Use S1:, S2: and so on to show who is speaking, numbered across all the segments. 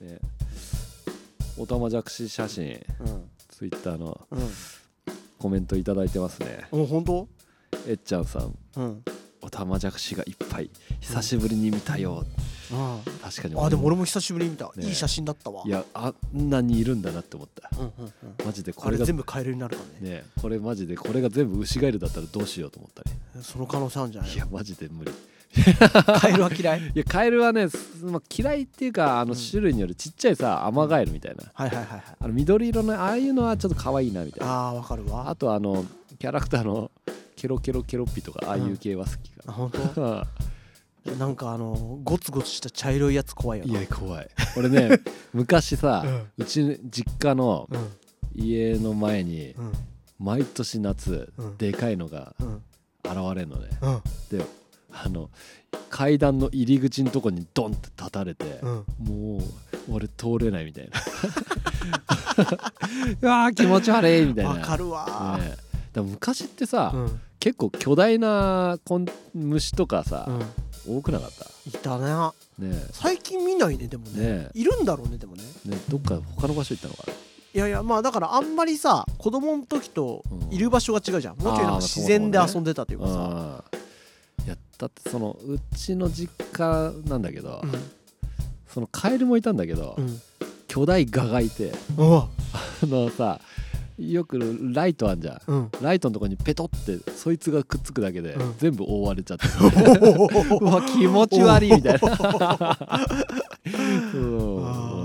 S1: ねおたまじゃくし写真
S2: うん
S1: ツイッターの
S2: うん
S1: コメントいただいてますね
S2: もう本当
S1: えっちゃんさん
S2: うん
S1: おたまじゃくしがいっぱい久しぶりに見たよ、
S2: あ
S1: 確かに
S2: ああでも俺も久しぶりに見た、
S1: ね
S2: いい写真だったわ
S1: いやあんなにいるんだなって思った
S2: うんうんうん
S1: マジでこ
S2: あ
S1: れ
S2: れ
S1: が
S2: 全部カエルになるからね
S1: ねこれマジでこれが全部牛ガエルだったらどうしようと思ったね
S2: その可能性あるんじゃない
S1: いやマジで無理
S2: カエルは嫌い
S1: いやカエルはね、すまあ、嫌いっていうかあの
S2: うん
S1: 種類によるちっちゃいさアマガエルみたいな、
S2: はいはいはいはい
S1: あの緑色のああいうのはちょっと可愛いなみたいな
S2: ああわかる
S1: あ
S2: わ
S1: とあのキャラクターのケロケロケロッピとかああいう系は好き
S2: あ
S1: か
S2: 本
S1: な、
S2: 当 なんかあのゴツゴツした茶色いやつ怖いよ
S1: い
S2: な
S1: や怖い俺 ね昔さ、
S2: う
S1: うんち実家の
S2: うん
S1: 家の前に
S2: うん
S1: 毎年夏、
S2: うん
S1: でかいのが
S2: うん
S1: 現れるのね
S2: うん
S1: であの階段の入り口のとこにドンって立たれて、
S2: うん
S1: もう俺通れないみた いなうわー気持ち悪いみたいな
S2: わかるわ
S1: ねえだから昔ってさ、
S2: うん
S1: 結構巨大なこん虫とか
S2: う
S1: さ、
S2: ん
S1: 多くなかった
S2: いたな
S1: ね
S2: 最近見ないねでも
S1: え
S2: ね
S1: ね
S2: いるんだろうねでもね
S1: えねえどっか他の場所行ったのかない
S2: やいやまあだからあんまりさ子供の時と
S1: うん
S2: いる場所が違うじゃんもうちょいなんか
S1: あー
S2: 自然で
S1: まあ
S2: 遊んでたというかさ
S1: あーいやだってそのうちの実家なんだけど、
S2: うん
S1: そのカエルもいたんだけど、
S2: うん
S1: 巨大ガがいて
S2: うわ
S1: あのさよくライトあんじゃん
S2: うん
S1: ライトのとこにペトってそいつがくっつくだけで、
S2: うん
S1: 全部覆われちゃ って
S2: う
S1: うわ気持ち悪いみたいなうん
S2: あ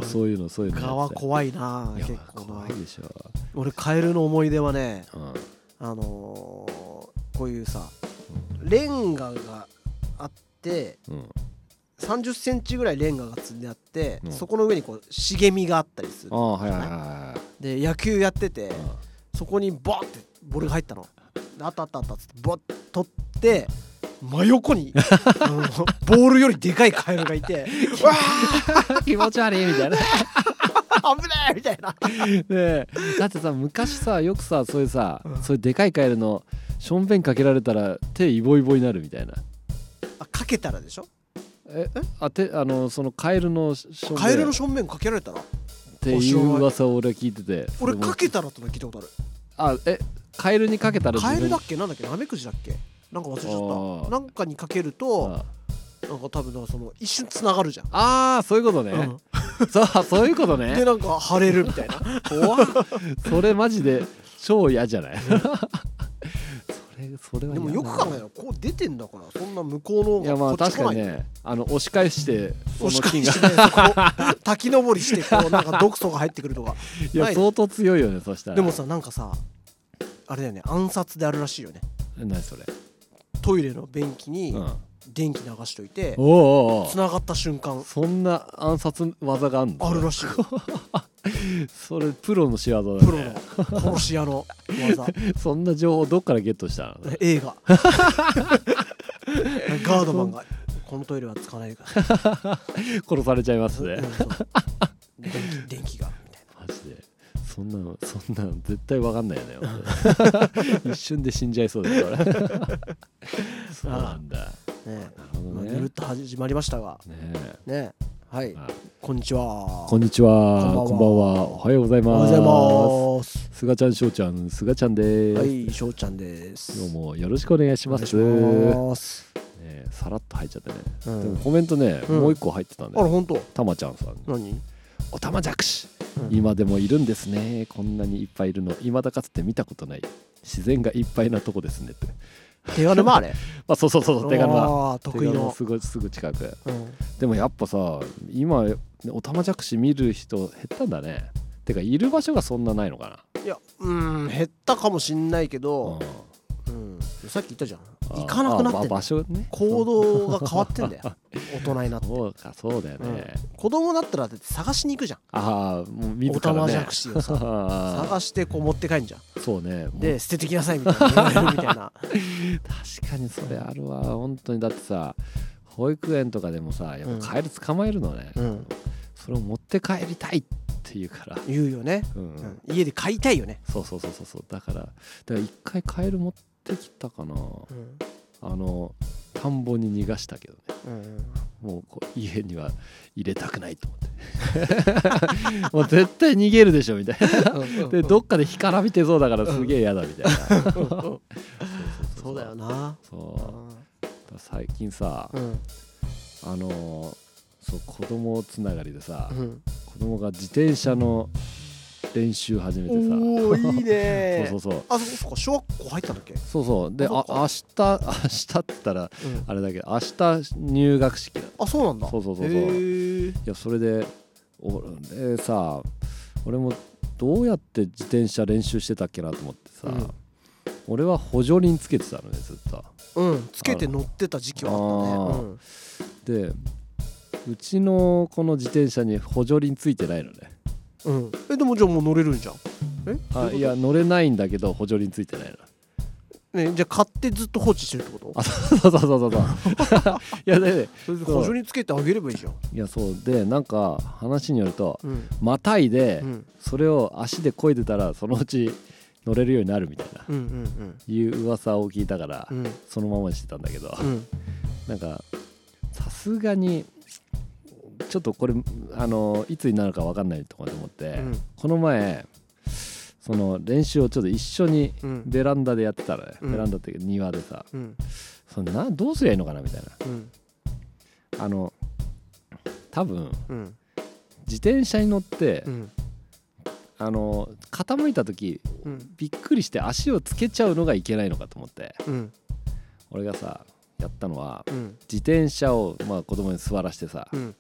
S2: ー
S1: そういうのそういうの
S2: 蚊は怖いない
S1: や
S2: 結構
S1: 怖
S2: ない
S1: でしょ、
S2: 俺カエルの思い出はね
S1: うん
S2: あのーこういうさレンガがあって
S1: うん
S2: 3 0ンチぐらいレンガが積んであって、
S1: うん
S2: そこの上にこう茂みがあったりする
S1: ああはいはいは
S2: で野球やって
S1: い
S2: て、
S1: はい
S2: そこにボーってボールが入ったのあったあったあったっつってボッ取って真 横にあのボールよりでかいカエルがいて「うわ
S1: うん 気持ち悪いみたいな ね
S2: あ危ねえ!」みたいな
S1: えだってさ昔さよくさそういうさ、
S2: うん
S1: そういうでかいカエルのしょんべんかけられたら手イボイボになるみたいな
S2: あかけたらでしょ
S1: えあてあのそのカエルのしょんべん
S2: カエルの正面かけられたら
S1: っていう噂を俺は聞いてて
S2: 俺
S1: それも
S2: かけたらってのは聞いたことある
S1: あえカエルにかけたら
S2: カエル
S1: の
S2: だっけなんだっけナメクジだっけなんか忘れち
S1: あ
S2: ゃっ
S1: ー
S2: たなんかにかけると
S1: あ
S2: なんか多分なんかその一瞬つながるじゃん、
S1: あーそういうことね、
S2: う
S1: そうそういうこと
S2: んで
S1: ね
S2: なんか腫れる みたいな
S1: 怖っそれマジで超嫌じゃない それそれは嫌
S2: で
S1: だ
S2: も
S1: な
S2: よく考えたらこう出てんだからそんな向こうの
S1: いやまあ
S2: こっち
S1: 確
S2: 来
S1: か
S2: ない
S1: にねあの押し返してそ
S2: も
S1: の
S2: しか
S1: 金
S2: し
S1: が
S2: てねそこ滝登りして こうなんか毒素が入ってくるとか
S1: いや
S2: ない
S1: 相当強いよねそしたら
S2: でもさなんかさあれだよね暗殺であるらしいよね
S1: 何それ、
S2: トイレの便器に
S1: うん、おう
S2: 電気流しといて
S1: おう
S2: つながった瞬
S1: おう
S2: 間
S1: そんな暗殺技があるの
S2: あるらしいよ
S1: それプロの仕業だね
S2: プロの殺し屋の 技
S1: そんな情報どっからゲットしたの
S2: 映画ガードマンがこのトイレは使わないから
S1: 殺されちゃいますね
S2: うんそう電気電気がみたい
S1: マジでそんなのそんなの絶対わかんないよね 俺一瞬で死んじゃいそうだよ俺そうなんだ
S2: なね
S1: なるほ
S2: ま
S1: ど
S2: あ
S1: ね
S2: ぬるっと始まりましたが
S1: ね
S2: ねはい
S1: えまあ
S2: こんにちは
S1: こんにちは
S2: こ
S1: こ
S2: ん
S1: ん
S2: ば
S1: ばん
S2: ん
S1: は
S2: は
S1: おはようござい
S2: おは
S1: ま
S2: よう
S1: す
S2: ございます
S1: すがちゃんしょうちゃんすがちゃんです、
S2: はい、しょうちゃんです。
S1: どうもよろしくお願いし
S2: お願
S1: ま
S2: い
S1: す
S2: します。
S1: ねえさらっと入っちゃってね、
S2: うん
S1: でもコメントね、
S2: うん
S1: もう一個入ってたん
S2: あ
S1: で
S2: ら、本当。
S1: たまちゃんさん
S2: 何。
S1: おたまじゃくし、
S2: うん
S1: 今でもいるんですねこんなにいっぱいいるの未だかつて見たことない自然がいっぱいなとこですねって
S2: 手軽まあれ。
S1: まあそうそうそうそう手軽な
S2: ああ、得
S1: 手
S2: 意
S1: 軽の
S2: の。
S1: すぐすぐ近く
S2: うん
S1: でもやっぱさ今おたまじゃくし見る人減ったんだねてかいる場所がそんなないのか
S2: いや、うん、減ったかもしんないけ
S1: な、
S2: ど。
S1: う
S2: うん。さっき言ったじゃん。
S1: ん
S2: 行かなくなっ
S1: あ
S2: て
S1: あま
S2: ん
S1: あ場
S2: だ。
S1: 所ね
S2: 行動が変わって んだよ。大人になって。
S1: そうかそうだよね、
S2: うん子供だったらだって探しに行くじゃん。
S1: ああもう
S2: お
S1: 自
S2: た
S1: ら
S2: まじ
S1: ね
S2: ゃくしをさ。
S1: ああ
S2: 探してこう持って帰んじゃん。
S1: そうねもう
S2: で、捨ててきなさいみたいな 言われるみたいな。
S1: 確かにそれあるわ本当にだってさ保育園とかでもさやっぱカエル捕まえるのね、
S2: うん
S1: それを持って帰りたいって言うから、
S2: 言うよね。
S1: うん
S2: うん家で買いたいよね。
S1: そうそうそうそうそうだからだから一回カエル持ってきたかな
S2: うん。
S1: あの田んぼに逃がしたけどね
S2: うん。
S1: もうこう家には入れたくないと思 ってもう絶対逃げるでしょみたいなでどっかで干からびてそうだからすげえ嫌だみたいな そうそうそう
S2: そうだよな
S1: そうだから最近さ
S2: うん
S1: あのーそう子供つながりでさ
S2: うん
S1: 子供が自転車の練習始めてさ
S2: おおいいね
S1: そうそうそう
S2: あそっか小学校入ったんだっけ
S1: そうそうであ
S2: あそっ
S1: 明
S2: か
S1: 日明日って言ったら
S2: うん
S1: あれだけど明日入学式なの
S2: あそうなんだ
S1: そうそうそうそう
S2: へー
S1: いやそれで俺さ俺もどうやって自転車練習してたっけなと思ってさ、
S2: うん
S1: 俺は補助輪つけてたのねずっと
S2: うんつけて乗ってた時期はあったねうん
S1: でうちのこの自転車に補助輪ついてないのね
S2: うん、えでもじゃあもう乗れるんじゃんえどうう
S1: あ
S2: こと
S1: いや乗れないんだけど補助輪ついてないの
S2: ねじゃあ買ってずっと放置してるってこと
S1: あそうそうそうそうそう いやで
S2: それで
S1: そう
S2: 補助につけてあげればいいじゃん
S1: いやそうでなんか話によると
S2: うん
S1: またいで
S2: うん
S1: それを足で漕いでたらそのうち乗れるようになるみたいな
S2: うんうん
S1: いう噂を聞いたから、
S2: うんうん
S1: そのままにしてたんだけど、
S2: うん
S1: なんかさすがにちょっとこれあのいつになるか分かんないとかと思って、
S2: うん
S1: この前その練習をちょっと一緒に
S2: うん
S1: ベランダでやってたらね、
S2: うん
S1: ベランダっていうか庭でさ
S2: うん
S1: そのなどうすりゃいいのかなみたいな
S2: うん
S1: あの多分
S2: うん
S1: 自転車に乗って、
S2: うん
S1: あの傾いた時
S2: うん
S1: びっくりして足をつけちゃうのがいけないのかと思って
S2: うん
S1: 俺がさやったのは
S2: うん
S1: 自転車を、まあ、子供に座らしてさ、
S2: うん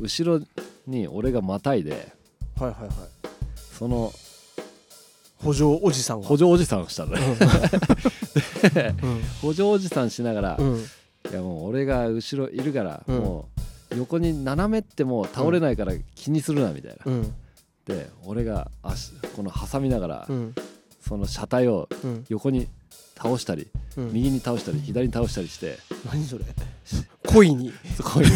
S1: 後ろに俺がまたいで
S2: はいはいはい
S1: その
S2: 補助おじさんが
S1: 補助おじさんをしたのね
S2: うん
S1: 補助おじさんしながら、
S2: うん
S1: いやもう俺が後ろいるから、
S2: うん
S1: もう横に斜めってもう倒れないから気にするなみたいな、
S2: うん
S1: で俺が足この挟みながら、
S2: うん
S1: その車体を
S2: うん
S1: 横に倒したり、
S2: うん
S1: 右に倒したり左に倒したりして
S2: 何それ恋 に
S1: そこに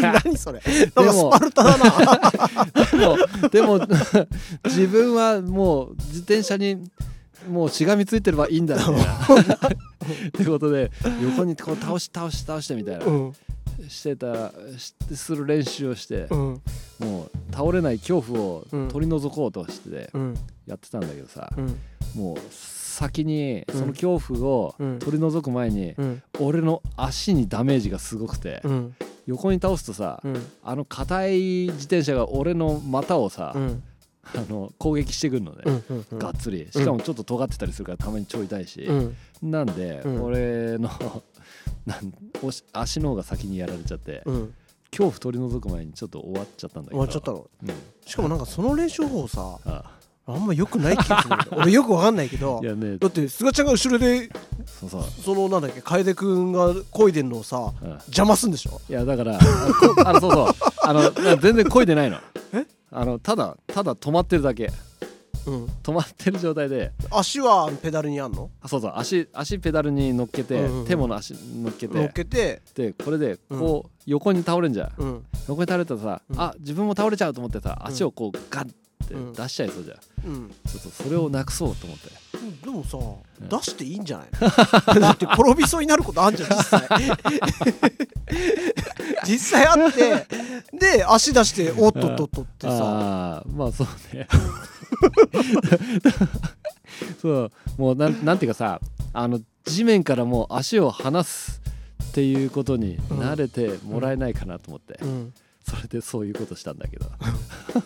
S2: 何それなんかスパルタだな
S1: でも でも自分はもう自転車にもうしがみついてればいいんだみたいな。ってことで横にこう倒し倒し倒してみたいな、
S2: うん
S1: してたらしする練習をして
S2: う、ん
S1: もう倒れない恐怖を
S2: うん
S1: 取り除こうとして
S2: うん
S1: やってたんだけどさ、
S2: うん
S1: もう先に
S2: うん
S1: その恐怖を
S2: うん
S1: 取り除く前に、
S2: うん
S1: 俺の足にダメージがすごくて、
S2: うん
S1: 横に倒すとさ、
S2: うん
S1: あの硬い自転車が俺の股をさ、
S2: うん
S1: あの攻撃してくるのね、
S2: うんうん
S1: がっつりしかもちょっと尖ってたりするからたまに超痛いし、
S2: うん
S1: なんで、
S2: うん
S1: 俺の なんおし足の方が先にやられちゃって、
S2: うん
S1: 恐怖取り除く前にちょっと終わっちゃったんだけ
S2: 終
S1: ど
S2: わっちゃったの
S1: うん
S2: しかもなんかその練習法さ
S1: あ
S2: あんま良くない気 がするんだけど俺よくわかんないけど
S1: いやね
S2: だって菅ちゃんが後ろで
S1: そうそう、
S2: そのなんだっけ楓君が漕いでんのをさ
S1: うん、
S2: 邪魔すんでしょ
S1: いやだからあ こあのそうそうあのな全然漕いでないの
S2: え
S1: あのただただ止まってるだけ
S2: うん
S1: 止まってる状態で
S2: 足はペダルにあんの
S1: あそうそう足足ペダルに乗っけて、
S2: うんうんうん
S1: 手もの足乗っけて
S2: 乗っけて
S1: でこれでこう、横に倒れんじゃん、
S2: うん
S1: 横に倒れたらさ、
S2: うん
S1: あ自分も倒れちゃうと思ってさ
S2: ん
S1: 足をこうガッて
S2: うん
S1: 出しちゃいそうじゃん、
S2: うん
S1: ちょっとそれをなくそうと思って
S2: でもさ出していいんじゃないの だって転びそうになることあんじゃん実際 実際あってで足出しておっとっとっとってさ
S1: ああーまあそうねそうもうなんなんていうかさあの地面からもう足を離すっていうことに慣れてもらえないかなと思って、
S2: うん
S1: それでそういうことしたんだけど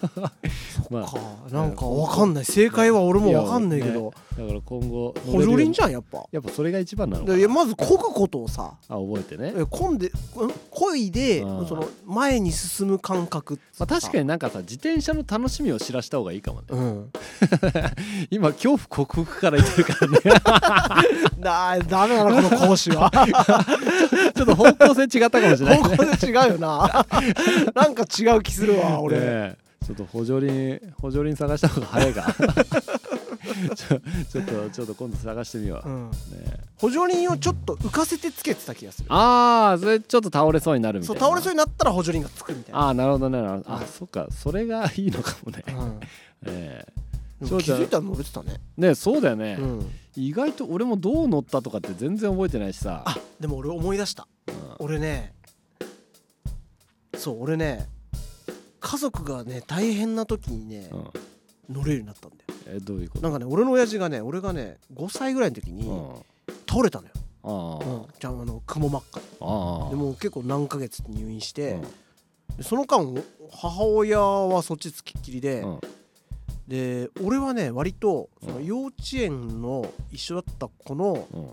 S1: ま
S2: かなんかわかんない正解は俺もわかんないけ
S1: いや
S2: ど
S1: だから今後
S2: 補助輪
S1: ゃ
S2: じゃんやっぱ
S1: やっぱそれが一番なのか
S2: で
S1: ない
S2: やまず漕ぐことをさ
S1: あ覚えてね
S2: え混んでん漕いで
S1: あー
S2: その前に進む感覚って
S1: まあ、確か
S2: に
S1: になんかさ自転車の楽しみを知らした方がいいかもね
S2: うん、
S1: 今恐怖克服から言ってるからね
S2: だダメだなこの講師 は
S1: ちょっと方向性違ったかもしれない
S2: 方向で違うよな なんか違う気するわ俺、
S1: ねえちょっと補助輪補助輪探した方が早い かちょちょっとちょっと今度探してみよう、
S2: う
S1: ね
S2: ん、
S1: え
S2: 補助輪をちょっと浮かせてつけてた気がする
S1: ああそれちょっと倒れそうになるみた
S2: そ
S1: いうな
S2: 倒れそう
S1: う
S2: になったら補助輪がつくみたいな
S1: ああなるほどねなるほどあ
S2: うん
S1: そっかそれがいいのかもね、
S2: うん
S1: ええ
S2: でも気づいたら乗れてたね、
S1: ねえそうだよね、
S2: うん、
S1: 意外と俺もどう乗ったとかって全然覚えてないしさ
S2: あでも俺思い出した
S1: うん
S2: 俺ねそう俺ね家族がね大変な時にね、
S1: うん
S2: 乗れるようになったんだよ
S1: えどういうこ
S2: な
S1: と
S2: んかね俺の親父がね俺がね5歳ぐらいの時に
S1: うん
S2: 倒れたのよ、
S1: ああ
S2: うんじゃああのくも膜下
S1: ああ
S2: でもう結構何ヶ月って入院し
S1: う
S2: て、
S1: ん
S2: でその間母親はそっちつきっきりで、
S1: うん
S2: で俺はね割とその
S1: うん
S2: 幼稚園の一緒だった子の
S1: うん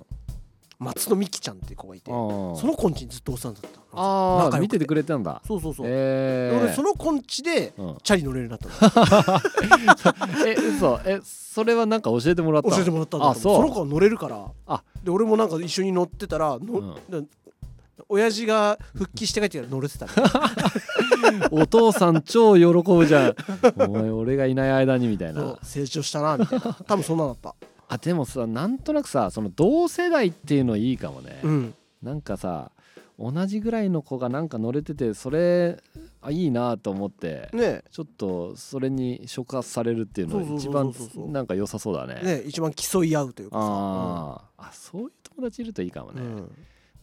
S2: 松野美希ちゃんっていう子がいてそ
S1: ああ
S2: の子んちにずっとお世話になったの
S1: あ
S2: 仲
S1: あ
S2: 良
S1: 見
S2: く
S1: ててくれてたんだ
S2: そうそうそう、
S1: え
S2: で
S1: え
S2: 俺その子んちで
S1: うん
S2: チャリ乗れるようになったの
S1: え嘘えそれはなんか教えてもらった
S2: 教えてもらったんだ
S1: あ
S2: けど
S1: そう
S2: その子は乗れるから
S1: あ
S2: で俺もなんか一緒に乗ってたらの、な親父が復帰して帰ってから乗れてたの
S1: お父さん超喜ぶじゃ んお前俺がいない間にみたい
S2: そ
S1: な
S2: う成長したなみた いな多分そんなのだった、
S1: あでもさなんとなくさその同世代っていうのいいかもね、
S2: うん、
S1: なんかさ同じぐらいの子がなんか乗れててそれあいいなと思って、
S2: ね
S1: ちょっとそれに触発されるっていうの一番
S2: そうそうそうそうそう
S1: なんか良さそうだね
S2: えねえ一番競い合うというかさ
S1: あー、あそういう友達いるといいかも
S2: う
S1: ね、
S2: ん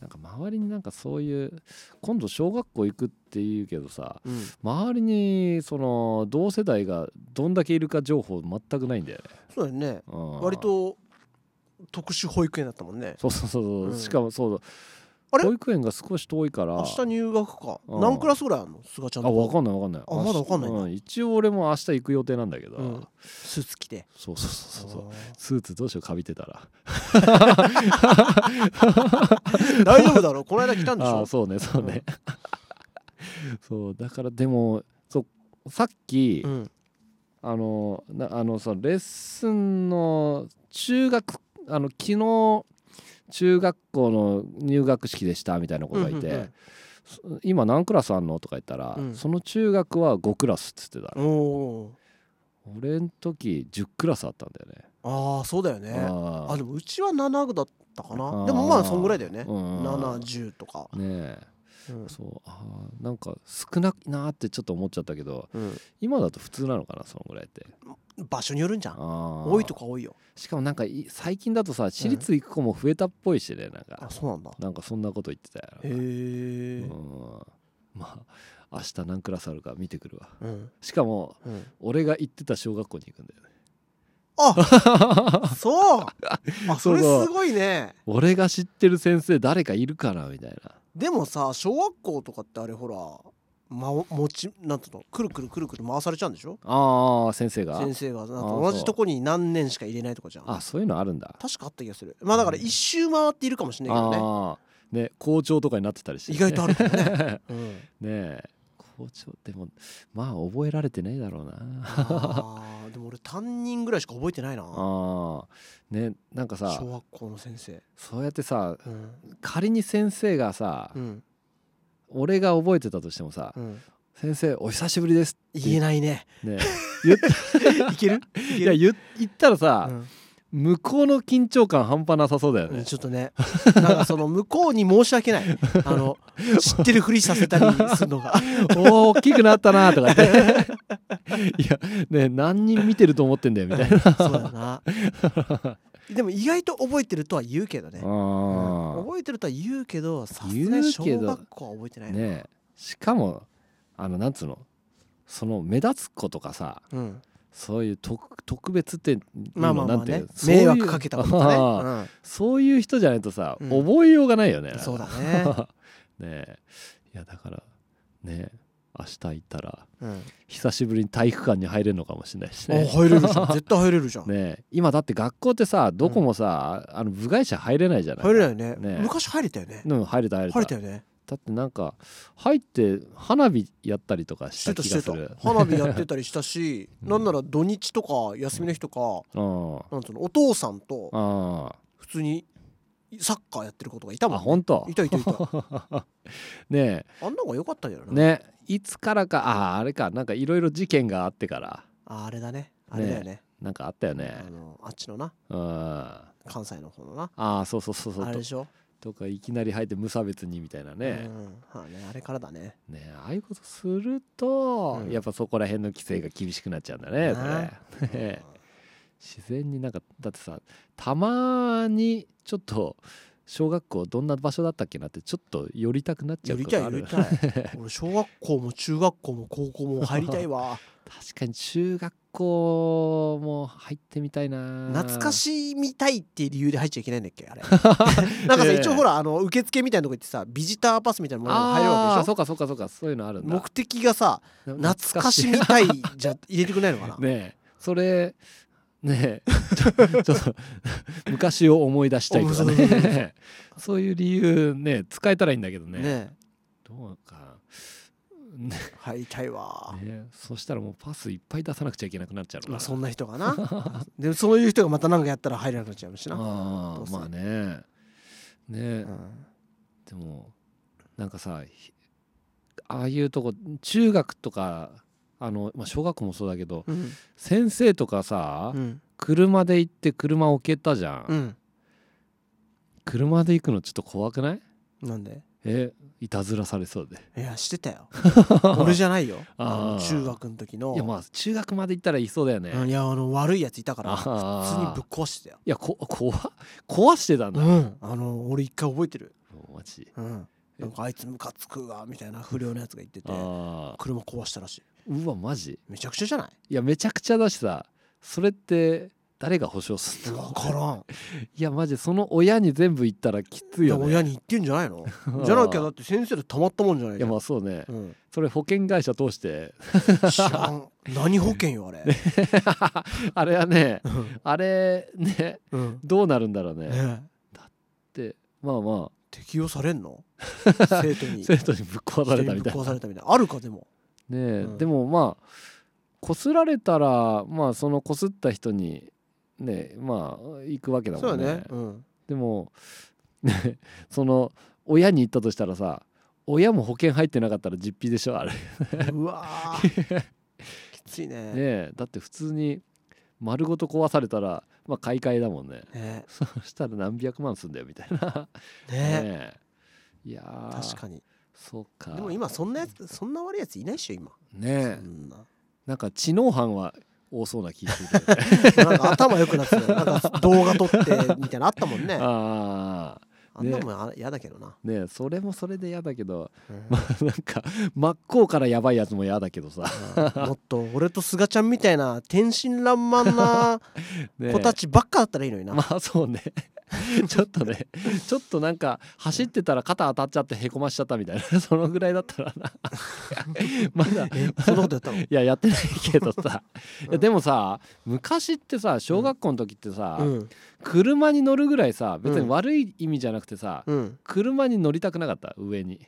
S1: なんか周りになんかそういう今度小学校行くっていうけどさ
S2: うん
S1: 周りにその同世代がどんだけいるか情報全くないんだよね、
S2: そうだよね
S1: うん
S2: 割と特殊保育園だったもんね
S1: そうそうそうそう、
S2: うん
S1: しかもそう
S2: あれ
S1: 保育園が少し遠いから
S2: 明日入学か
S1: うん
S2: 何クラスぐらいあるの菅ちゃん
S1: あ
S2: の
S1: わかんないわかんない
S2: あまだわかんないんだ
S1: う一応俺も明日行く予定なんだけど、
S2: うんスーツ着て
S1: そうそうそうそう
S2: あ
S1: スーツどうしようかびてたら
S2: ー大丈 夫だろこの間来たんでし
S1: あ
S2: ょ
S1: あそうねそうね、 そうだからでもそうさっき、
S2: うん
S1: あのなあのさレッスンの中学あの昨日中学校の入学式でしたみたいな子がいて、
S2: うんうん
S1: そ今何クラスあんの?」とか言ったら、
S2: うん
S1: その中学は5クラス」っつってた
S2: うんお
S1: 俺ん時10クラスあったんだよね。
S2: ーああそうだよね
S1: あー
S2: あでもうちは7だったか
S1: あー
S2: なでもまあそんぐらいだよね
S1: うん
S2: 70とか
S1: ねえ
S2: うん
S1: そうあーなんか少なくなーってちょっと思っちゃったけど
S2: うん
S1: 今だと普通なのかなそのぐらいって
S2: 場所によるんじゃん
S1: あー
S2: 多いとか多いよ
S1: しかもなんかい最近だとさ私立行く子も増えたっぽいしねなんか
S2: あ、そうなんだ
S1: なんかそんなこと言ってたよな
S2: へ
S1: んか
S2: え
S1: うんまあ明日何クラスあるか見てくるわ
S2: うん
S1: しかも
S2: うん
S1: 俺が行ってた小学校に行くんだよね
S2: あそうあそれ
S1: そう
S2: すごいね
S1: 俺が知ってる先生誰かいるかなみたいな
S2: でもさ小学校とかってあれほら、ま、持ちなんていうのくるくるくるくる回されちゃうんでしょ
S1: ああ先生が
S2: 先生がなんか
S1: あー
S2: 同じとこに何年しか入れないとかじゃん
S1: あそういうのあるんだ
S2: 確かあった気がするまあだから一周回っているかもしれないけどね
S1: あーね校長とかになってたりして、
S2: 意外とあるかも ね、
S1: ね
S2: うん、
S1: ねえ校長でもまあ覚えられてねえだろうな
S2: あーでも俺担任ぐらいしか覚えてないな
S1: あーねなんかさ
S2: 小学校の先生
S1: そうやってさ
S2: うん
S1: 仮に先生がさ、
S2: うん、
S1: 俺が覚えてたとしてもさ「
S2: うん、
S1: 先生お久しぶりです」
S2: 言えな いね
S1: ね言っ
S2: いける
S1: いや言言ったら
S2: う
S1: さ、
S2: ん
S1: 向こうの緊張感半端なさそうだよ
S2: うん
S1: ね、
S2: ちょっとねなんかその向こうに申し訳ないあの知ってるふりさせたりするのが
S1: おお大きくなったなと か言っていやね何人見てると思ってんだよみたい な、
S2: そうだな でも意外と覚えてるとは言うけどね、
S1: あー
S2: 覚えてるとは言うけどさすがに小
S1: 言うけど
S2: 学校は覚えてないな、
S1: ねえしかもあのなんつうのその目立つ子とかさ
S2: うん、
S1: そういう特特別っていうの
S2: まあまあま
S1: な
S2: あ
S1: んていう
S2: ね
S1: のそういう
S2: 迷惑かけたことね、
S1: あーそういう人じゃないとさ、
S2: うん
S1: 覚えようがないよね
S2: うんそうだ
S1: ね
S2: ね、
S1: えいやだからねえ明日行ったら
S2: うん、
S1: 久しぶりに体育館に入れるのかもしれないし
S2: あ
S1: ね
S2: 入れるじゃん絶対入れるじゃん、
S1: ねえ今だって学校ってさどこもさ、あの部外者入れないじゃない
S2: 入れないよね
S1: ね
S2: 昔入れたよね
S1: うん入れた入れた
S2: 入れたよね
S1: だってなんか入って花火やったりとかし
S2: したてた
S1: 気
S2: し
S1: が
S2: て
S1: す
S2: た
S1: る
S2: 花火やってたりしたし、
S1: うん
S2: なんなら土日とか休みの日とか、
S1: うんあ
S2: なんつうのお父さんと
S1: あ
S2: 普通にサッカーやってる子とかいた
S1: あ
S2: もん
S1: 本当
S2: いたいた いた
S1: ね
S2: あんな方が良かったんじゃない
S1: え
S2: の
S1: ねいつからかあああれかなんかいろいろ事件があってから
S2: ああれだねあれだよね
S1: なんかあったよね
S2: あのあっちのな
S1: うんあ
S2: 関西の方のな
S1: あそうそうそうそう
S2: あれ
S1: と
S2: でしょ
S1: とかいきなり入って無差別にみたいなね
S2: う,、んはあねあれからだね
S1: ねえああいうことすると、
S2: うん
S1: やっぱそこら辺の規制が厳しくなっちゃうんだねそれ
S2: ね
S1: ねえ自然になんかだってさたまにちょっと小学校どんな場所だったっけなってちょっと寄りたくなっちゃう
S2: 寄り
S1: こ
S2: たい
S1: とあ
S2: 寄
S1: る
S2: りたい 俺小学校も中学校も高校も入りたいわ
S1: 確かに中学校も入ってみたいな
S2: 懐か
S1: い
S2: しみたいっていう理由で入っちゃいけないんだっ けあれなんかさ
S1: ええ
S2: 一応ほらあの受付みたいなとこ行ってさビジターパスみたいなものが入れる
S1: あ
S2: わ
S1: あ
S2: けでし
S1: そうかそうかそうかそういうのある
S2: ょ
S1: んだ
S2: 目的がさ懐かしみたいじゃ入れてくれないのかな
S1: ねえそれねえちょ ちょっと昔を思い出したいとか
S2: そうそうそう
S1: ね そういう理由ね使えたらいいんだけどね
S2: ね
S1: どうかね
S2: 入りたいわ、
S1: ねそしたらもうパスいっぱい出さなくちゃいけなくなっちゃうのか
S2: ま
S1: な
S2: あ、そんな人がなでそういう人がまた何かやったら入れなくなっちゃうしな、
S1: あ
S2: どう
S1: ー
S2: せ
S1: まあねね
S2: うん
S1: でもなんかさひああいうとこ中学とかあの、まあ、小学校もそうだけど
S2: うん
S1: 先生とかさ、
S2: うん
S1: 車で行って車置けたじゃん、
S2: うん
S1: 車で行くのちょっと怖くない
S2: なんで
S1: えいたずらされそうで
S2: いやしてたよ 俺じゃないよあ
S1: あー
S2: の中学の時の
S1: いやまあ中学まで行ったらいそうだよね、
S2: うんいやあの悪いやついたから
S1: あ
S2: 普
S1: ー
S2: 通にぶっ壊してたよ。
S1: いやこ 怖壊してたんだ、
S2: うん、あの俺一回覚えてる、
S1: マジ
S2: うん、なんかあいつムカつくわみたいな不良のやつが言ってて
S1: あー
S2: 車壊したらしいう
S1: わマジ
S2: めちゃくちゃじゃない
S1: いやめちゃくちゃだしさそれって誰が保証す
S2: 分
S1: るの
S2: からん
S1: いやマジその親に全部言ったらきついよね
S2: 親に言ってんじゃない のじゃなきゃだって先生でたまったもんじゃない
S1: い
S2: じゃ
S1: や
S2: ん
S1: まあそうね、
S2: うん、
S1: それ保険会社通して
S2: 知らん何保険よあれ、
S1: あれはね
S2: うん
S1: あれね
S2: うん
S1: どうなるんだろうねっ
S2: ねえ
S1: てまあま
S2: 適用され んの生徒
S1: あ
S2: に
S1: 生徒にぶっ壊されたみたい
S2: 人にぶっ壊
S1: な
S2: さ
S1: ね
S2: れたみたいなあるかでも
S1: え、
S2: うん
S1: でもまあこすられたらまあそのこすった人にねまあ行くわけだ
S2: そ
S1: も
S2: うん
S1: ね
S2: だね、うん、
S1: でもねその親に行ったとしたらさ親も保険入ってなかったら実費でしょあれ
S2: うわ ーきついねね
S1: ねえだって普通に丸ごと壊されたら、まあ、買い替えだもんね
S2: ね
S1: そしたら何百万すんだよみたいな
S2: ね
S1: ねえいやー
S2: 確かに
S1: そうか
S2: でも今そんなやつそんな悪いやついないっしょ今
S1: ね
S2: そ
S1: え
S2: んな
S1: なんか知能犯は多そうな気がす るけどね
S2: なんか頭良くなってたよなんか動画撮ってみたいなのあったもんねあ
S1: ああ
S2: んなもんあ嫌だけどな、
S1: ねえそれもそれで嫌だけど
S2: うん
S1: まあなんか真っ向からやばいやつも嫌だけどさ
S2: うんもっと俺と菅ちゃんみたいな天真爛漫な
S1: ねえ
S2: 子たちばっかだったらいいのにな、
S1: まあそうね ちょっとねちょっとなんか走ってたら肩当たっちゃってへこましちゃったみたいな そのぐらいだったらな まだ
S2: えそんなことやったの
S1: いややってないけどさ、
S2: うん
S1: いやでもさ昔ってさ小学校の時ってさ、
S2: うん
S1: 車に乗るぐらいさ別
S2: う
S1: に
S2: ん
S1: 悪い意味じゃなくてさ、
S2: うん
S1: 車に乗りたくなかった上に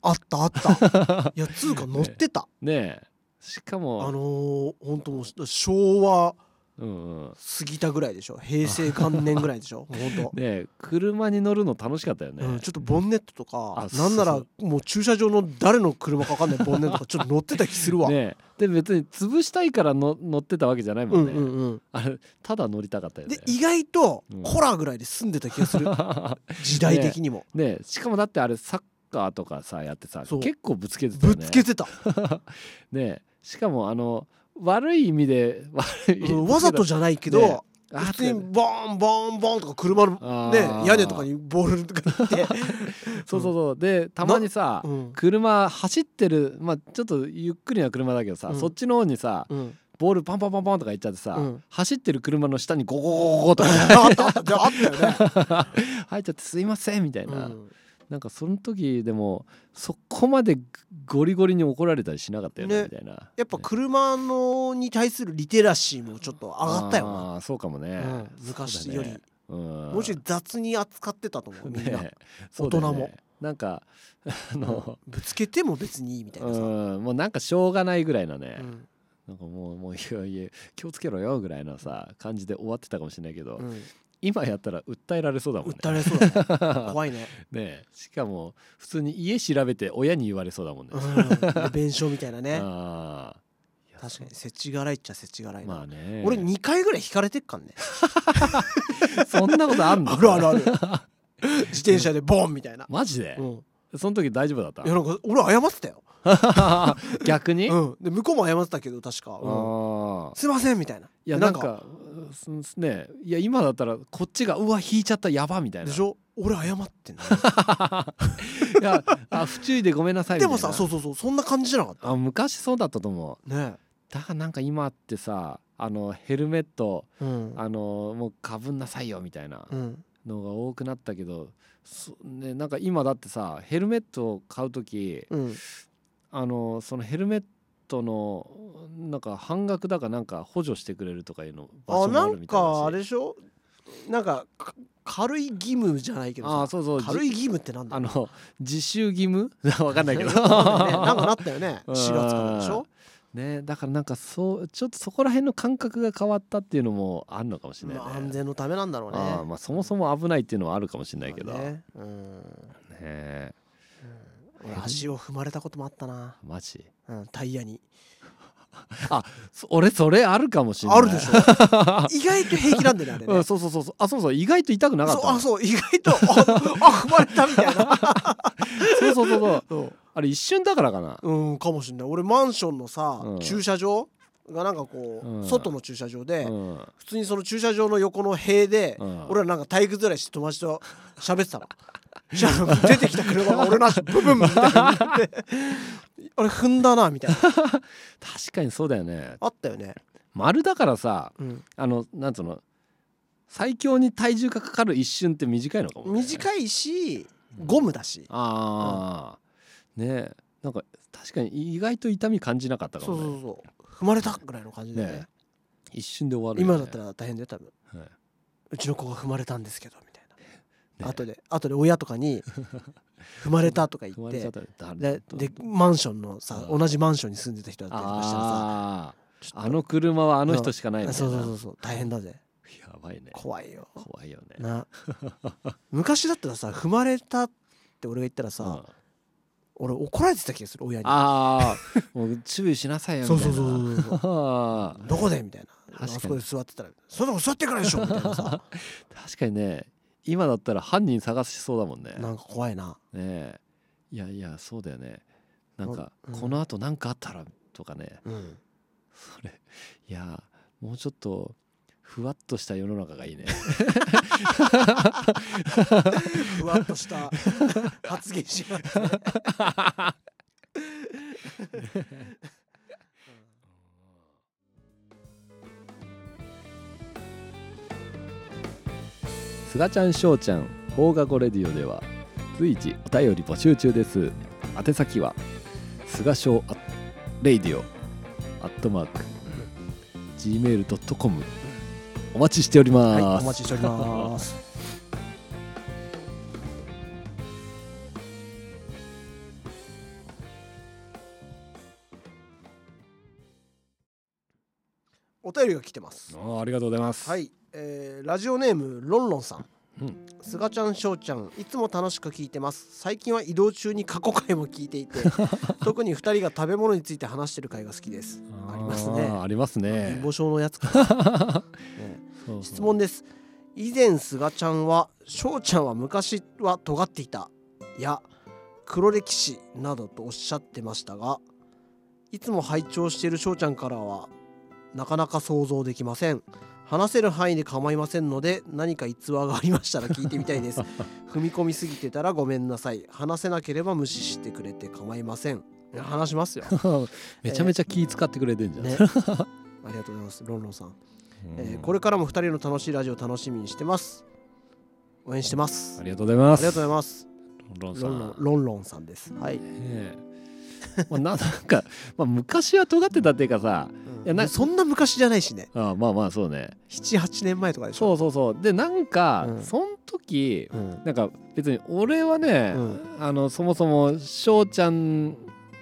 S2: あったあったいやつうか乗っ てた、
S1: ねえしか
S2: あ
S1: も、
S2: のー、ほんともう昭和
S1: うんうん、ね
S2: 過ぎたぐらいでしょ平成元年ぐらいで しょほんと
S1: え車に乗るの楽しかったよね、
S2: うん、ちょっとボンネットとか
S1: あそう
S2: なんならもう駐車場の誰の車かわかんないボンネ ットとかちょっと乗ってた気するわ、
S1: ねえで別に潰したいからの乗ってたわけじゃないも
S2: うんん
S1: ね、
S2: うんうん
S1: あれただ乗りたかったよね
S2: で意外と
S1: うん
S2: コラぐらいで済んでた気がする 時代的にも、
S1: ねえしかもだってあれサッカーとかさやってさ
S2: そう
S1: 結構ぶつけてたよ
S2: ぶ
S1: ね
S2: つけてた、
S1: ねえしかもあの悪い意味で悪い、
S2: うんわざとじゃないけど、
S1: ねあー
S2: 普通にボーンボーンボーンとか車の
S1: あ
S2: ね
S1: ー
S2: 屋根とかにボールとか行って、
S1: そうそうそうでたまにさ、
S2: うん
S1: 車走ってるまあちょっとゆっくりな車だけどさ、
S2: うん
S1: そっちの方にさ
S2: うん、
S1: ボールパンパンパンパンとか行っちゃってさ、
S2: うん
S1: 走ってる車の下にゴゴゴゴゴとか
S2: あったあったであったよ ね、
S1: 入っちゃって「すいません」みたいうな、
S2: ん
S1: なんかその時でもそこまでゴリゴリに怒られたりしなかったよね
S2: ね
S1: みたいな
S2: やっぱ車のに対するリテラシーもちょっと上がったよな、
S1: あーそうかもね、
S2: うん昔よ
S1: そう
S2: り、
S1: だね、うん、
S2: もうちろん雑に扱ってたと思うみんな、
S1: ね そうだよね
S2: 大人も
S1: なんかあの、
S2: ぶつけても別にいいみたいなさ、
S1: うん、もうなんかしょうがないぐらいなね、
S2: うん
S1: なんかもうもういやいや気をつけろよぐらいなさ感じで終わってたかもしれないけど、
S2: うん
S1: 今やったら訴えられそうだもんね
S2: 訴えられそう だね怖いね、
S1: ねえしかも普通に家調べて親に言われそうだもんね、
S2: うん、弁償みたいなね
S1: あーいや
S2: 確かにせちがらいっちゃせちがらいな、
S1: まあね
S2: 俺2回ぐらい引かれてっかんね
S1: そんなことあんの
S2: あるあるある 自転車でボンみたいな、
S1: マジで
S2: う、ん、
S1: その時大丈夫だった
S2: いやなんか俺謝ってたよ、
S1: 逆に、あ
S2: うん、で向こうも謝ってたけど確か、うん
S1: あ
S2: すいませんみたいない
S1: やなんかうんすねいや今だったらこっちがうわ引いちゃったやばみたいな
S2: でしょ俺謝ってんだ
S1: いやあ不注意でごめんなさいみた
S2: で
S1: いな
S2: もさそうそうそうそんな感じじゃなかっ
S1: あ昔そうだったと思う
S2: たね
S1: だからなんか今ってさあのヘルメット
S2: うん
S1: あのもうかぶんなさいよみたいな
S2: うん
S1: のが多くなったけど、そね、なんか今だってさヘルメットを買う時
S2: うん
S1: あのそのヘルメットのなんか半額だかなんか補助してくれるとかいうの
S2: あ
S1: も
S2: なんかあれ
S1: だし
S2: でしょなんかか軽い義務じゃないけど
S1: あ
S2: さ
S1: そうそう
S2: 軽い
S1: じ
S2: 義務ってなんだ
S1: あの自習義務 わかんない けど
S2: ねなんかなったよね
S1: うん
S2: 4月からでしょ
S1: ねだからなんかそうちょっとそこら辺の感覚が変わったっていうのもあるのかもしれないね、
S2: まあ安全のためなんだろうね
S1: ああまあそもそも危ないっていうのはあるかもしれないけど、
S2: まあ
S1: ね
S2: ねうん
S1: え
S2: 俺足を踏まれたこともあったな、
S1: マジ
S2: うん、タイヤに
S1: そ俺それあるかもしれない
S2: あるでし ょ意外と平気なんだよねあれ
S1: うん
S2: ね
S1: そうそうそうそうあそうそう意外と痛くなかっ
S2: そう
S1: た
S2: あ
S1: の
S2: そう意外とああ踏まれたみたいな
S1: そうそうそうそう
S2: そう
S1: あれ一瞬だからかな
S2: うんかもしんない俺マンションのさ、
S1: うん
S2: 駐車場がなんかこう、
S1: うん
S2: 外の駐車場で、
S1: うん
S2: 普通にその駐車場の横の塀で、
S1: うん
S2: 俺はなんか体育座りして友達と 喋ってたのじゃあ出てきた車が俺の足ブブンみたいになって あれ踏んだなみたいな
S1: 確かにそうだよね
S2: あったよね
S1: 丸だからさ
S2: うん
S1: あのなんつうの最強に体重がかかる一瞬って短いのかも、ね、い
S2: 短いしゴムだし
S1: ああ、ねえなんか確かに意外と痛み感じなかったか
S2: そ
S1: も
S2: う
S1: ね
S2: そうそう踏まれたぐらいの感じで、
S1: ね一瞬で終わるよ
S2: 今
S1: ね、
S2: だったら大変だよ多分
S1: はいう
S2: ちの子が踏まれたんですけどみたいな、
S1: ね
S2: 後で後で親と かに踏まれたとか言
S1: 踏ま
S2: っ
S1: れちゃ
S2: て
S1: ったら誰
S2: ででマンションのさ
S1: うん
S2: 同じマンションに住んでた人だったりとかしたらさ
S1: あ
S2: ち
S1: ああの車はあの人しかない
S2: ょっと
S1: みた
S2: そ
S1: いうな
S2: そうそうそう大変だぜ
S1: やばいね
S2: 怖いよ
S1: 怖いよね
S2: な昔だったらさ踏まれたって俺が言ったらさ、
S1: うん
S2: 俺怒られてた気がする親に
S1: ああもう注意しなさいよみた
S2: そ
S1: いうな
S2: そうそうそうそう
S1: あー
S2: どこでみたいな
S1: 確
S2: あ
S1: かに
S2: そこで座ってたらそんなとこ座ってからでしょみたいな さ
S1: 確かにね今だったら犯人探しそうだもんね
S2: なんか怖いな
S1: ねえいやいやそうだよねなんか、
S2: うん
S1: このあと何かあったらとかね
S2: うん
S1: それいやもうちょっとふわっとした世の中が いいね
S2: ふわっとした発言しやがって
S1: すがちゃんしょうちゃん放課後レディオでは随時お便り募集中です宛先はすがしょうレディオアットマーク gmail.com お待ちしております、
S2: はいお待ちしておりますお便りが来てます
S1: あーありがとうございます。
S2: は。い、えーラジオネームロンロンさん
S1: うん。
S2: すがちゃんしょうちゃんいつも楽しく聞いてます最近は移動中に過去回も聞いていて特に2人が食べ物について話してる回が好きですありますね
S1: ーあります
S2: 貧
S1: ね。
S2: 乏症のやつかな、ね
S1: そうそう
S2: 質。問です以前すがちゃんはしょうちゃんは昔は尖っていたや黒歴史などとおっしゃってましたがいつも拝聴しているしょうちゃんからはなかなか想像できません話せる範囲で構いませんので何か逸話がありましたら聞いてみたいです 踏み込みすぎてたらごめんなさい話せなければ無視してくれて構いませんいや話しますよ
S1: めちゃめちゃ気使ってくれてんじゃん。
S2: ねありがとうございますロンロンさん
S1: うん
S2: えーこれからも2人の楽しいラジオ楽しみにしてます応援してます
S1: あ
S2: あ
S1: りがとうございます。
S2: りがとうございます
S1: ロン
S2: ロン
S1: ロ
S2: ロ
S1: ン
S2: ン
S1: さん。
S2: ロンロンさんですはい、
S1: ねえまあなんか まあ昔は尖ってたっていうかさ、いやな
S2: そんな昔じゃないしね
S1: あーまあまあそうね。
S2: 78年前とかでし
S1: そ
S2: ょ
S1: うそうそう。でなんか
S2: うん
S1: その時
S2: う、ん、
S1: なんか別に俺はね
S2: う、
S1: あのそもそもしょうちゃん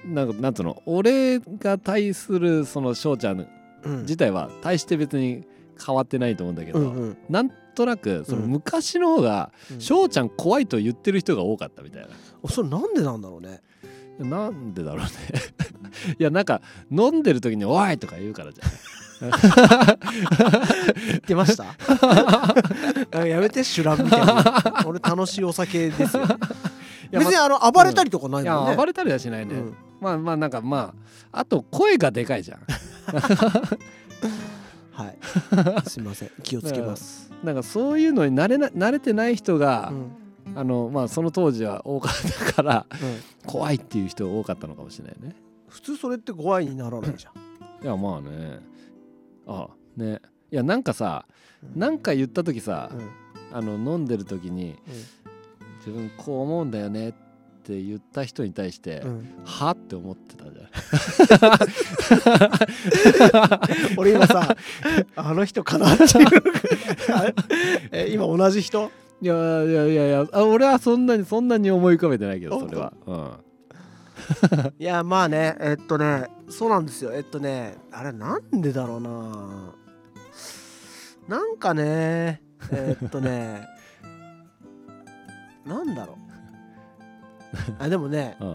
S1: なんかなんつうの、俺が対するそのしょうちゃん
S2: うん
S1: 自体は大して別に変わってないと思うんだけど、
S2: うんうん
S1: なんとなくその
S2: うん
S1: 昔の方が
S2: う
S1: 「
S2: ん
S1: 翔ちゃん怖い」と言ってる人が多かったみたい
S2: それなんでなんだろうね
S1: ななんでだろうね いやなんか飲んでる時に「おい!」とか言うからじゃ
S2: 言ってました あやめて修羅みたいな俺楽しいお酒ですよ
S1: や
S2: 別にあの暴れたりとかない
S1: んい
S2: もんね、
S1: や暴れたりはしないね、
S2: うん
S1: まあまあなんかまああと声がでかいじゃん
S2: はい すみません気をつけます、
S1: なんかそういうのに慣れな慣れてない人が
S2: うん
S1: あのまあその当時は多かったから
S2: うん
S1: 怖いっていう人が多かったのかもしれないね
S2: 普通それって怖いにならないじゃん
S1: いやまあねあねいやなんかさ
S2: うん
S1: なんか言った時さ、
S2: うん
S1: あの飲んでる時に自分こう思うんだよねって言った人に対して、
S2: うん
S1: はって思ってたじゃん
S2: 俺今さあの人かなっていうあれえ今同じ人
S1: いやいやいやいやあ俺はそんなにそんなに思い浮かべてないけどそ
S2: 本当
S1: れは、うん、
S2: いやまあねえっとねそうなんですよえっとねあれなんでだろうななんかねえっと ねなんだろうあでもね、
S1: うん
S2: う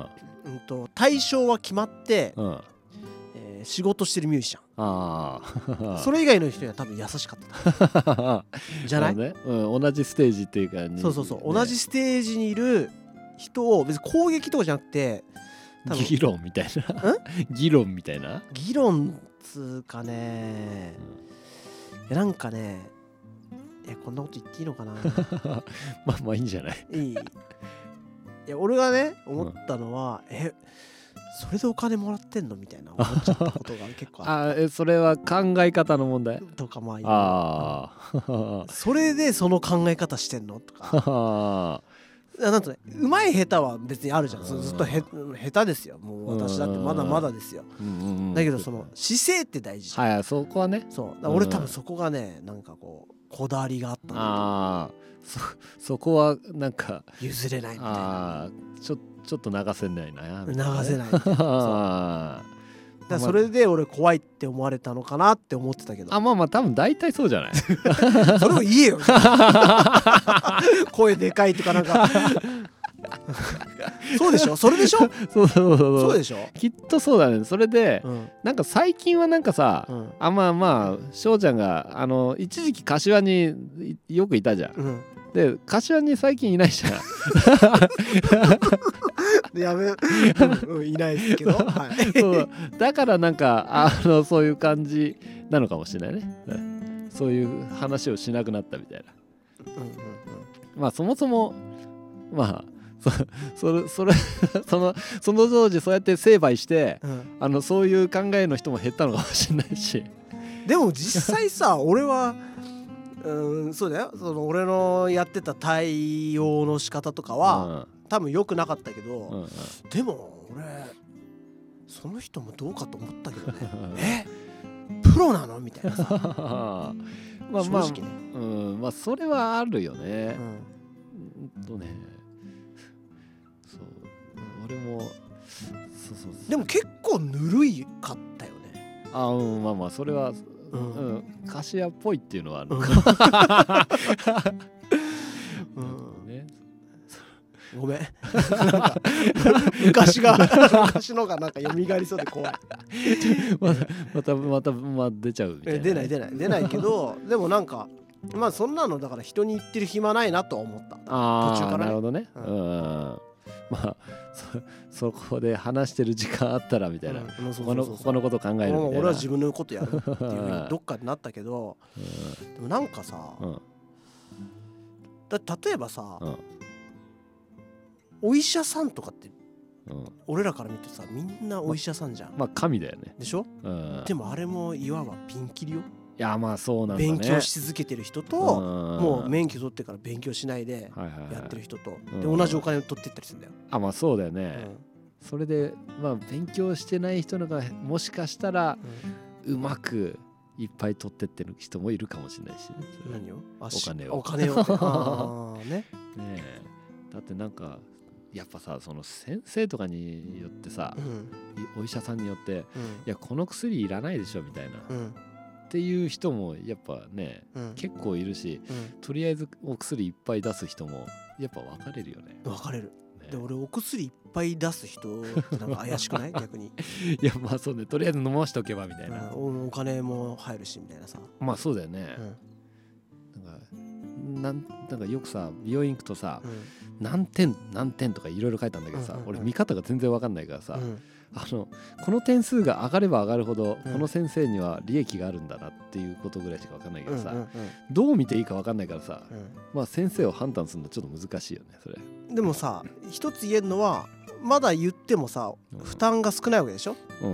S2: ん、と対象は決まって、
S1: うんあ
S2: えー仕事してるミュージシャン
S1: あ
S2: それ以外の人には多分優しかったじゃない、
S1: ねうん、同じステージっていうかに
S2: そうそうそう、
S1: ね
S2: 同じステージにいる人を別に攻撃とかじゃなくて多分
S1: 議論みたいな議論みたいな
S2: 議論つうかねいやなんかねいやこんなこと言っていいのかな
S1: まあまあいいんじゃない
S2: いいいや俺がね思ったのは、えそれでお金もらってんのみたいな思っちゃったことが結構あっ
S1: あえそれは考え方の問題
S2: たとかまあいろいろ
S1: あ あ
S2: それでその考え方してんのと かあなんとねうまい下手は別にあるじゃんそのずっとへ下手ですよもう私だってまだまだですよ
S1: うんうんうん
S2: だけどその姿勢って大事じゃん、
S1: はいそこはね
S2: そうだから俺
S1: うん
S2: 多分そこがねなんかこうこだわりがあったんだと思う
S1: ああそそこはなんか
S2: 譲れないみたいな
S1: ああちょちょっと流せないな
S2: 流せ
S1: い
S2: ない みたいな
S1: あ
S2: だからそれで俺怖いって思われたのかなって思ってたけど
S1: あまあまあ多分大体そうじゃ ない
S2: それを言え よ声でかいとかなんかそうでしょそれでしょ
S1: そうそうそうそう
S2: そうでしょ
S1: きっとそうだねそれで、
S2: うん
S1: なんか最近はなんかさ、
S2: うん
S1: あまあまあ翔ちゃんがあの一時期柏にいよくいたじゃん
S2: うん
S1: で柏に最近いない じゃん
S2: でやめ、うんうんいないですけど、は い、
S1: そうだからなんかあのそういう感じなのかもしれないねうんそういう話をしなくなったみたいな
S2: うんうんうん
S1: まあそもそもまあそそれ それ そのその当時そうやって成敗して
S2: うん
S1: あのそういう考えの人も減ったのかもしれないし
S2: でも実際さ 俺はうんそうだよその俺のやってた対応の仕方とかは、多分良くなかったけ
S1: うん
S2: ど、
S1: うん うん
S2: でも俺その人もどうかと思ったけどねえプロなのみたいなさ
S1: まあ まあ、
S2: 正直ね、
S1: うん、まあそれはあるよね
S2: う。ん
S1: うんとね、そう、俺も、そうそうそう
S2: でも結構ぬるいかったよね
S1: あ、うん、まあまあそれは、う
S2: うん
S1: ん、柏っぽいっていうのはあるの
S2: うん
S1: か、
S2: うん
S1: ね。
S2: ごめん なんか昔が昔のがなんか蘇りそうで怖い
S1: またまたまたまあ出ちゃうみたい
S2: え
S1: な。
S2: 出ない出ない出ないけどでもなんかまあそんなのだから人に言ってる暇ないなとは思った
S1: ああ、
S2: 途中からね
S1: なるほどね。
S2: う
S1: うんん。まあそそ こで話してる時間あったらみたいな、
S2: うんそう
S1: 他
S2: そうそ
S1: の
S2: うそう
S1: 他のこと考えるみたいな
S2: もう俺は自分のことやるっていうふう
S1: う
S2: に
S1: ん
S2: どっかでなったけどでもなんかさ
S1: うんうん
S2: だ例えばさ
S1: うん
S2: お医者さんとかって
S1: うん
S2: 俺らから見てさみんなお医者さんじゃん
S1: まあ神だよね、
S2: でしょ
S1: うん、
S2: でもあれもいわばピンキリよ
S1: いやまあそうなんだね
S2: 勉強し続けてる人
S1: うん
S2: ともう免許取ってから勉強しないで
S1: はいはいはい
S2: やってる人と
S1: うん
S2: で同じお金を取ってったりするんだよ
S1: あまあそうだよ
S2: う
S1: ね、
S2: ん
S1: それでまあ勉強してない人のがもしかしたらうまくいっぱい取ってってる人もいるかもしれないしね
S2: うん何をお
S1: お金を
S2: お 金をってあーね
S1: ねえだってなんかやっぱさその先生とかによってさ
S2: う、ん
S1: いお医者さんによって
S2: うん
S1: いやこの薬いらないでしょみたいな、
S2: う
S1: っ
S2: ん
S1: ていう人もやっぱね
S2: うん
S1: 結構いるし
S2: うん
S1: とりあえずお薬いっぱい出す人もやっぱ分かれるよね。
S2: 分かれる
S1: ね
S2: で俺お薬いっぱい出す人ってなんか怪し くない逆に
S1: いやまあそうねとりあえず飲ましとけばみたいな、
S2: うんお金も入るしみたいなさ
S1: まあそうだよね
S2: う、ん
S1: なんかなんなんかよくさ美容院行くとさ、
S2: うん
S1: 何点何点とかいろいろ書いたんだけどさ、
S2: うんうんうん
S1: 俺見方が全然わかんないからさ、
S2: うん
S1: あのこの点数が上がれば上がるほど、
S2: うん
S1: この先生には利益があるんだなっていうことぐらいしか分かんないけ
S2: うん
S1: ど
S2: うん
S1: さ、どう見ていいか分かんないからさ、
S2: うん
S1: まあ先生を判断するのちょっと難しいよねそれ、
S2: うんでもさ一つ言えるのはまだ言ってもさ
S1: うん
S2: 負担が少ないわけでしょ
S1: うん、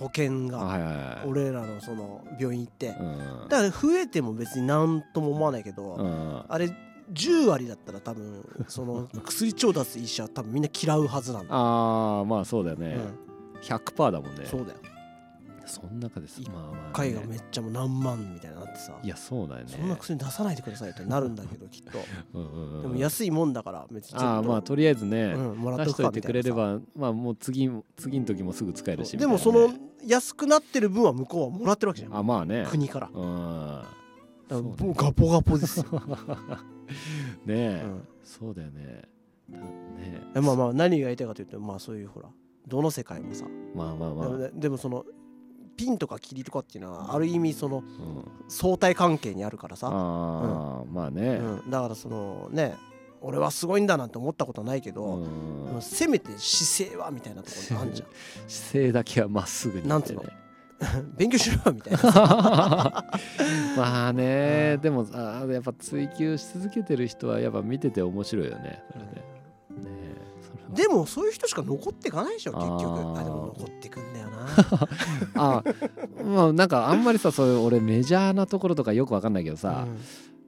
S2: 保険
S1: あ
S2: が
S1: はいはいはい
S2: 俺らのその病院行って
S1: うん
S2: だから増えても別になんとも思わないけど、
S1: うん
S2: あれ10割だったら多分 その薬調達医者多分みんな嫌うはずなんだ、
S1: ああまあそうだよね、
S2: う
S1: 100%だもんね
S2: ん、そうだよ
S1: そん中です
S2: 一
S1: まあまあ、ね、
S2: 海がめっちゃもう何万みたいになってさ
S1: いやそうだよね
S2: そんな薬出さないでくださいってなるんだけどきっと
S1: うんうんうん
S2: でも安いもんだから別にちょっと
S1: ああまあとりあえずね、
S2: うん、もらっ
S1: 出
S2: と
S1: し
S2: く
S1: と
S2: か
S1: いて
S2: みた
S1: く
S2: いな
S1: れ
S2: さ
S1: ればまあもう次次の時もすぐ使えるし
S2: そう
S1: み
S2: で
S1: たいなね
S2: もその安くなってる分は向こうはもらってるわけじゃん
S1: あまあね
S2: 国から
S1: うん
S2: だから
S1: そうね
S2: もうガポガポですよ、
S1: ね え、
S2: うん
S1: そうだよねだね
S2: えまあまあ何が言いたいかというとまあそういうほらどの世界もさ、
S1: まあまあまあ、
S2: でもでもそのピンとかキリとかっていうのはある意味その
S1: うん
S2: 相対関係にあるからさ、
S1: ああ、まあね、
S2: うん、だからそのね俺はすごいんだなんて思ったことはないけ
S1: う
S2: ど、
S1: ん
S2: でもせめて姿勢はみたいなところあんじ
S1: 姿勢だけはまっすぐに
S2: なん
S1: て
S2: つう
S1: ね
S2: のゃん 勉強しろよみたいなさ、
S1: まあね、
S2: うん
S1: でもあやっぱ追求し続けてる人はやっぱ見てて面白いよねそれね,、ねえそれは
S2: でもそういう人しか残っていかないでしょ結局
S1: あー
S2: あでも残ってくんだよな
S1: あま あなんかあんまりさそういう俺メジャーなところとかよくわかんないけどさ、
S2: うん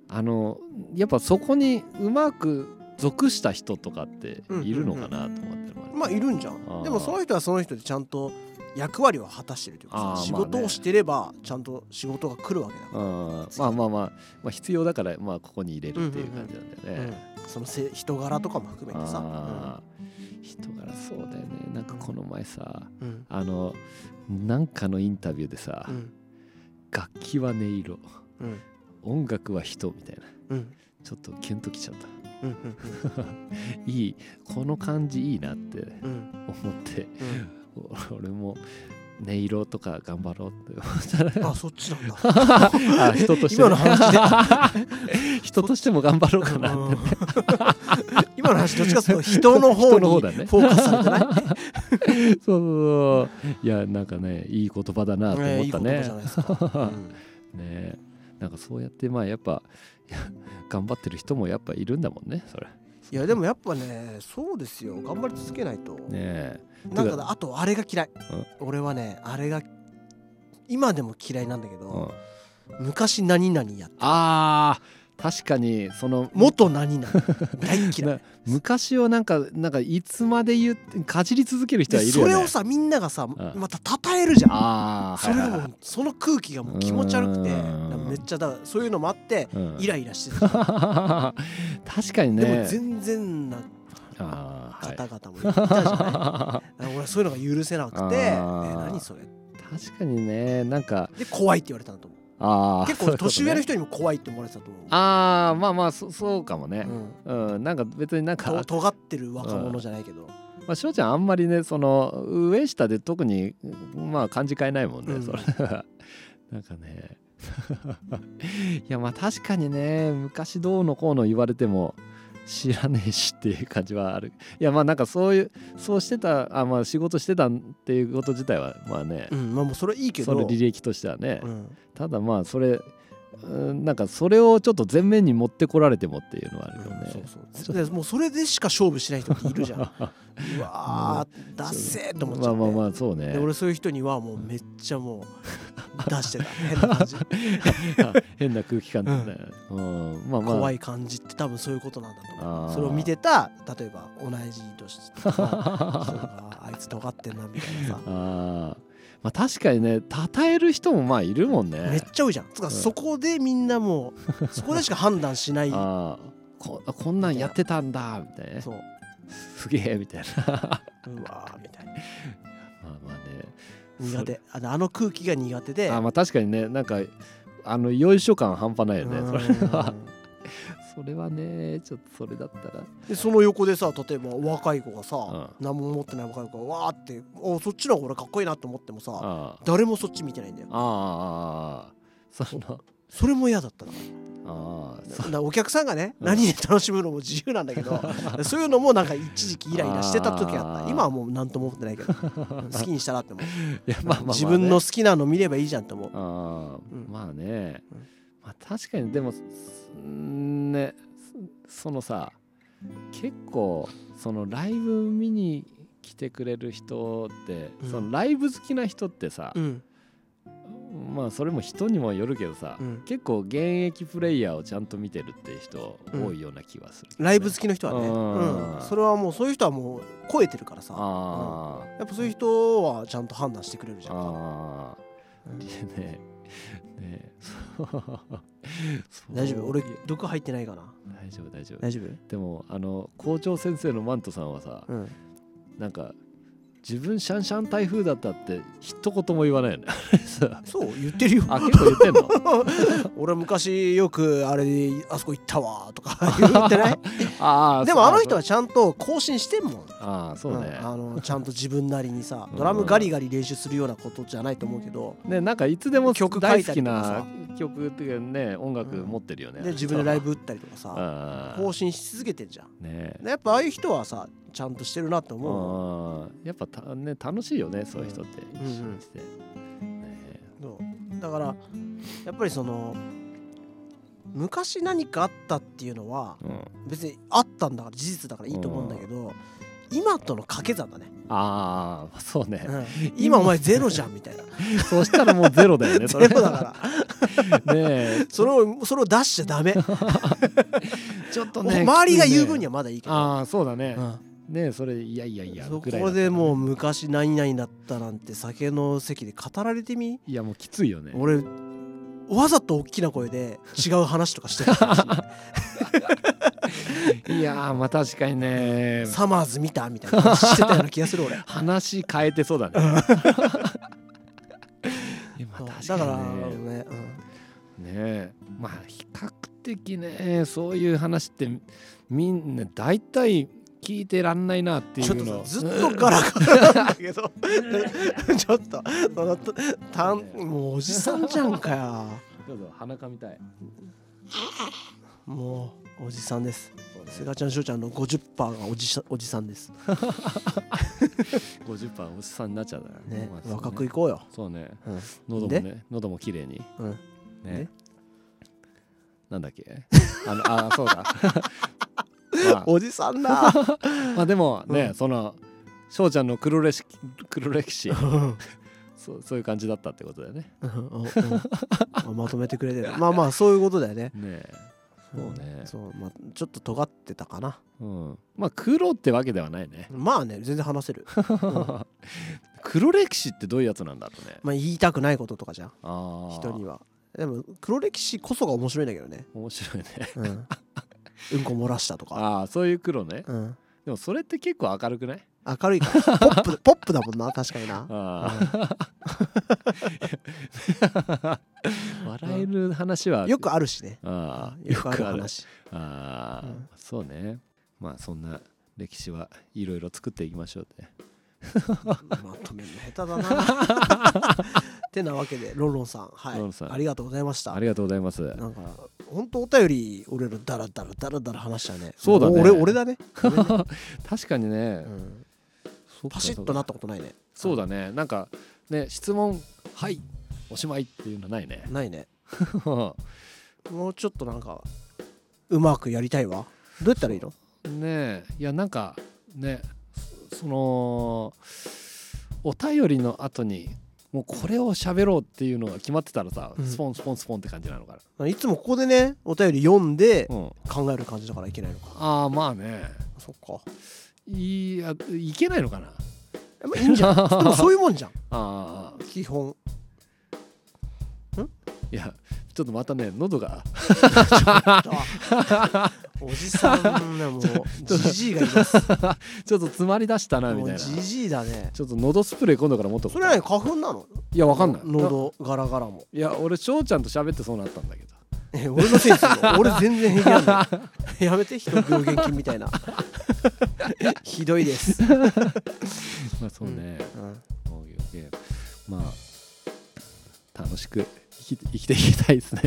S1: あのやっぱそこにうまく属した人とかっているのかなと思ってる、
S2: まあいるんじゃ
S1: あー
S2: んでもその人はその人でちゃんと役割を果たしてるというか
S1: あーまあ
S2: さ
S1: ね
S2: 仕事をしてればちゃんと仕事が来るわけだ
S1: う
S2: か
S1: んまあまあまあ、まあ、必要だからまあここに入れるっていう感じなんだよね。
S2: ら、うんそのせ人柄とかも含めてさ、
S1: あー人柄そうだよねなんかこの前さ
S2: うんうん
S1: あのなんかのインタビューでさ、
S2: うん
S1: 楽器は音色
S2: うん
S1: 音楽は人みたいな
S2: うん
S1: ちょっとキュンときちゃった
S2: うんうん
S1: いいこの感じいいなって
S2: うんうん
S1: 思って
S2: うん
S1: 俺も音色とか頑張ろうって思ったら
S2: あそっちなんだ。
S1: あ人としてね
S2: 今の話
S1: 人としても頑張ろうかな
S2: うん今の話どっちかというと人の方
S1: 人の
S2: に
S1: 方
S2: フ
S1: だね
S2: ォーカスされてない。
S1: そうそうそういやなんかねいい言葉だなと
S2: えー
S1: 思
S2: いい
S1: った
S2: 言
S1: ね
S2: 葉じゃないですか。
S1: ねなんかそうやってまあやっぱ いや頑張ってる人もやっぱいるんだもんねそれ
S2: いやでもやっぱねそうですよ頑張り続けないと。
S1: ね
S2: なんかあとあれが嫌い
S1: うん。
S2: 俺はねあれが今でも嫌いなんだけ
S1: え、
S2: ど、昔何々やって
S1: あー確かにその
S2: 元何 々大っ嫌い
S1: な。昔をなんかなんかいつまで言ってかじり続ける人
S2: で
S1: はいる
S2: そ
S1: よね
S2: れをさみんながさ
S1: ん
S2: また称えるじゃん。
S1: ああ
S2: それがもうその空気がもう気持ち悪くて
S1: うん
S2: なんかめっちゃだからそういうのもあってイライラして た、
S1: 確かにね
S2: でも全然な
S1: あーはい
S2: 方々もいたじゃない、俺はそういうのが許せなくて「え
S1: あー
S2: 何それ?」
S1: 確かにねなんか
S2: で怖いって言われたんだと思う
S1: あー
S2: 結
S1: そうい
S2: 構
S1: うことね
S2: 年上の人にも怖いって思われてたと思う
S1: ああまあまあそそうかもね
S2: うん
S1: うん、なんか別になんか
S2: と尖ってる若者じゃないけど、
S1: まあ、しょうちゃんあんまりねその上下で特にまあ感じ変えないもんね、
S2: うん
S1: それ はなんかね いやまあ確かにね昔どうのこうの言われても知らねえしっていう感じはあるいやまあなんかそういうそうしてたあまあ仕事してたっていうこと自体はまあね
S2: う、ん、まあもうそれはいいけど
S1: その履歴としてはね、
S2: うん
S1: ただまあそれうんなんかそれをちょっと前面に持ってこられてもっていうのはあるけどね、
S2: そうそうでもうそれでしか勝負しない人ってい るじゃんうわーだっせーと思っち
S1: ま
S2: ゃっ
S1: あ
S2: て、
S1: まあまあそうね
S2: で俺そういう人にはもうめっちゃもう出 してた変な感じ、
S1: あ 変な空気感だね。うん、まあまあ。
S2: 怖
S1: い。
S2: い感じって多分そういうことなんだと
S1: あ
S2: 思
S1: ー
S2: うそれを見てた例えば同じ年とかそうかあいつ尖ってんなみたい なさ
S1: ああ。まあ確かにね、称える人もまあいるもんね。
S2: めっちゃ多いじゃんつうか、
S1: うん
S2: そこでみんなもうそこでしか判断しない
S1: ああ。こあこんなんやってたんだみたいなね
S2: そう
S1: すげえみたいな まあ
S2: うわーみたいな
S1: まあね
S2: 苦手あのあの空気が苦手で
S1: あまあ確かにねなんかあのよいしょ感半端ないよねそれは
S2: うん
S1: それはねちょっとそれだったら
S2: でその横でさ例えば若い子がさ、
S1: う
S2: 何も持ってない若い子がわーっておそっちの方が俺かっこいいなと思ってもさ、
S1: ああ
S2: 誰もそっち見てないんだよ
S1: ああああああその
S2: それも嫌だったな
S1: ああ
S2: だ
S1: そ
S2: だからお客さんがね、
S1: うん
S2: 何で楽しむのも自由なんだ けどそういうのもなんか一時期イライラしてた時あっ
S1: あ
S2: た
S1: ー
S2: 今はもう何とも思ってないけ ど好きにしたらって思う
S1: いや まあまあまあね
S2: 自分の好きなの見ればいいじゃんと思う
S1: あー
S2: うん
S1: まあね、
S2: うん
S1: まあ確かにでもすんーねそそのさ結構そのライブ見に来てくれる人って、
S2: うん
S1: そのライブ好きな人ってさ、
S2: うん
S1: まあそれも人にもよるけどさ、
S2: うん
S1: 結構現役プレイヤーをちゃんと見てるって人
S2: うん
S1: 多いような気がする、
S2: ライブ好きの人はね、
S1: うん
S2: うん、それはもうそういう人はもう超えてるからさ
S1: あー、
S2: やっぱそういう人はちゃんと判断してくれるじゃんか、
S1: あ
S2: うん
S1: ーねねそうそう
S2: 大丈夫俺毒入ってないかな
S1: 大丈夫大丈夫
S2: 大丈
S1: でもあの校長先生のマントさんはさ
S2: 夫、うん、
S1: なんか自分シャンシャン台風だったって一言も言わないよね さ
S2: そう言ってるよ
S1: あ結構言ってんの
S2: 俺昔よくあれであそこ行ったわと か言ってない
S1: ああ
S2: でもあの人
S1: は
S2: はちゃんと更新してんもん
S1: ああそうね
S2: ん、あのちゃんと自分なりにさ
S1: うん
S2: ドラムガリガリ練習するようなことじゃないと思うけど
S1: ねなんかいつでも
S2: 曲書
S1: 大
S2: い
S1: 好
S2: たり
S1: き
S2: とかさ
S1: な曲っていうかね音楽持ってるよね、
S2: で自分でライ
S1: ブ
S2: ブ打ったりとかさ
S1: ああ
S2: 更新し続けてんじゃん
S1: ね
S2: でやっぱああいう人はさちゃんとしてるなって
S1: う
S2: 思うん
S1: やっぱたね楽しいよねそういう人って、
S2: ん
S1: 一緒にして、ね
S2: そうだからやっぱりその昔何かあったっていうのは
S1: うん、
S2: 別にあったんだから事実だからいいと思うんだけど、今との掛け算だね、
S1: ああそうね、
S2: うん今お前ゼロじゃんみ たいな
S1: そうしたらもうゼロだよね
S2: ゼ
S1: そ
S2: ロ
S1: れ
S2: だから
S1: ねえ
S2: それをそれを出しち ゃダメ、
S1: ちょっとね
S2: 周りが言う分に
S1: は
S2: はまだいいけど、
S1: ああそうだね
S2: う、ん
S1: ねえそれいやいやいや
S2: そ
S1: ぐらいだ
S2: こ
S1: ったら
S2: で
S1: ね
S2: もう昔何々だったなんて酒の席で語られてみ
S1: いやもうきついよね
S2: 俺わざと大きな声で違う話とかしてる
S1: いやーまあ確かにね
S2: サマーズ見たみたいな話してたような気がす る俺
S1: 話変えてそうだ ねいやまあ確かに
S2: そうだから
S1: ね
S2: ね、うん
S1: ねえまあ比較的ねそういう話ってみんな大体聞いてらんないなってい
S2: ちょっ
S1: う
S2: と
S1: の
S2: ずっとガラガラなんだけどちょっとそのたんもうおじさんじゃんかよ
S1: どうぞ鼻かみたい
S2: もうおじさんです
S1: そうね
S2: すがちゃんしょうちゃんの50%がおじさおじさんです
S1: 50%おじさんになっちゃうから
S2: ね
S1: まあそう
S2: 若くいこうよ
S1: そうね
S2: うん
S1: 喉もね喉も綺麗に
S2: うんで
S1: ねなんだっけ あのあそう だまあ
S2: おじさんだ
S1: まあでもね、
S2: うん
S1: その翔ちゃんの黒歴史黒歴史
S2: うん
S1: そうそういう感じだったってことだよね
S2: うんうんうんまとめてくれ てるまあまあそういうことだよね
S1: ねえそうね
S2: んそうまあちょっと尖ってたかな
S1: うんまあ黒ってわけではないね、
S2: まあね全然話せる
S1: 黒歴史ってどういうやつなんだろうね
S2: まあ言いたくないこととかじゃん
S1: ああ
S2: 人にはでも黒歴史こそが面白いんだけどね
S1: 面白い ね
S2: うん、うんこ漏らしたとか、
S1: ああそういう黒ね
S2: うん、
S1: でもそれって結構明るくない
S2: 明るいからポップポップだもんな確かにな
S1: ああ笑える話は
S2: よくあるしね
S1: ああ
S2: よくある話
S1: ああ、
S2: うん
S1: そうねまあそんな歴史はいろいろ作っていきましょうね
S2: まとめるの下手だなてなわけでロンロンさんはい
S1: ロンさん
S2: ありがとうございました
S1: ありがとうございます
S2: なんか本当お便り俺らダラダラダラダラ話したね
S1: そうだね
S2: も俺俺だね、ごめんね
S1: 確かにね、
S2: うん
S1: そうか
S2: パシッとなったことないね
S1: そうだねなんかね質問はいおしまいっていうのない ね
S2: ないね
S1: ね
S2: もうちょっとなんかうまくやりたいわどうやったらいいの
S1: えいやなんかねそそのお便りの後にもうこれを喋ろうっていうのが決まってたらさ、
S2: うん
S1: スポンスポンスポンって感じなのか
S2: いつもここでねお便り読んで
S1: な、うん、
S2: 考える感じだからいけないのか
S1: ああまあね
S2: そっか
S1: いやいけないのかな
S2: まあいいんじゃ んでもそういうもんじゃん
S1: ああ
S2: 基本
S1: いやちょっとまたね喉が
S2: おじさんねもうじじいがいます
S1: ちょっと詰まりだしたなみ
S2: も
S1: たいうな
S2: じじいだね
S1: ちょっと喉スプレー今度から持っとこ
S2: そうれはね花粉なの
S1: いやわかんない
S2: 喉ガラガラも
S1: いや俺翔ちゃんと喋ってそうなったんだけど
S2: え俺のせいにするの俺全然平気なんだよ やめて人病原菌みたいな ひどいです、
S1: まあそうね、もう余計まあ楽しくき生きていきたいですね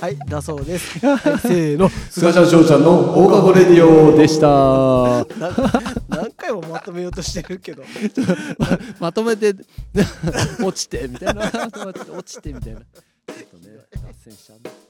S2: はいだそうです、はい、せーの
S1: 菅ちゃん翔ちゃんの放課後レディオでした
S2: なん何回もまとめようとしてるけど
S1: まとめて 落ちてみたいな落ちてみたいなちょっとね脱線しちゃうね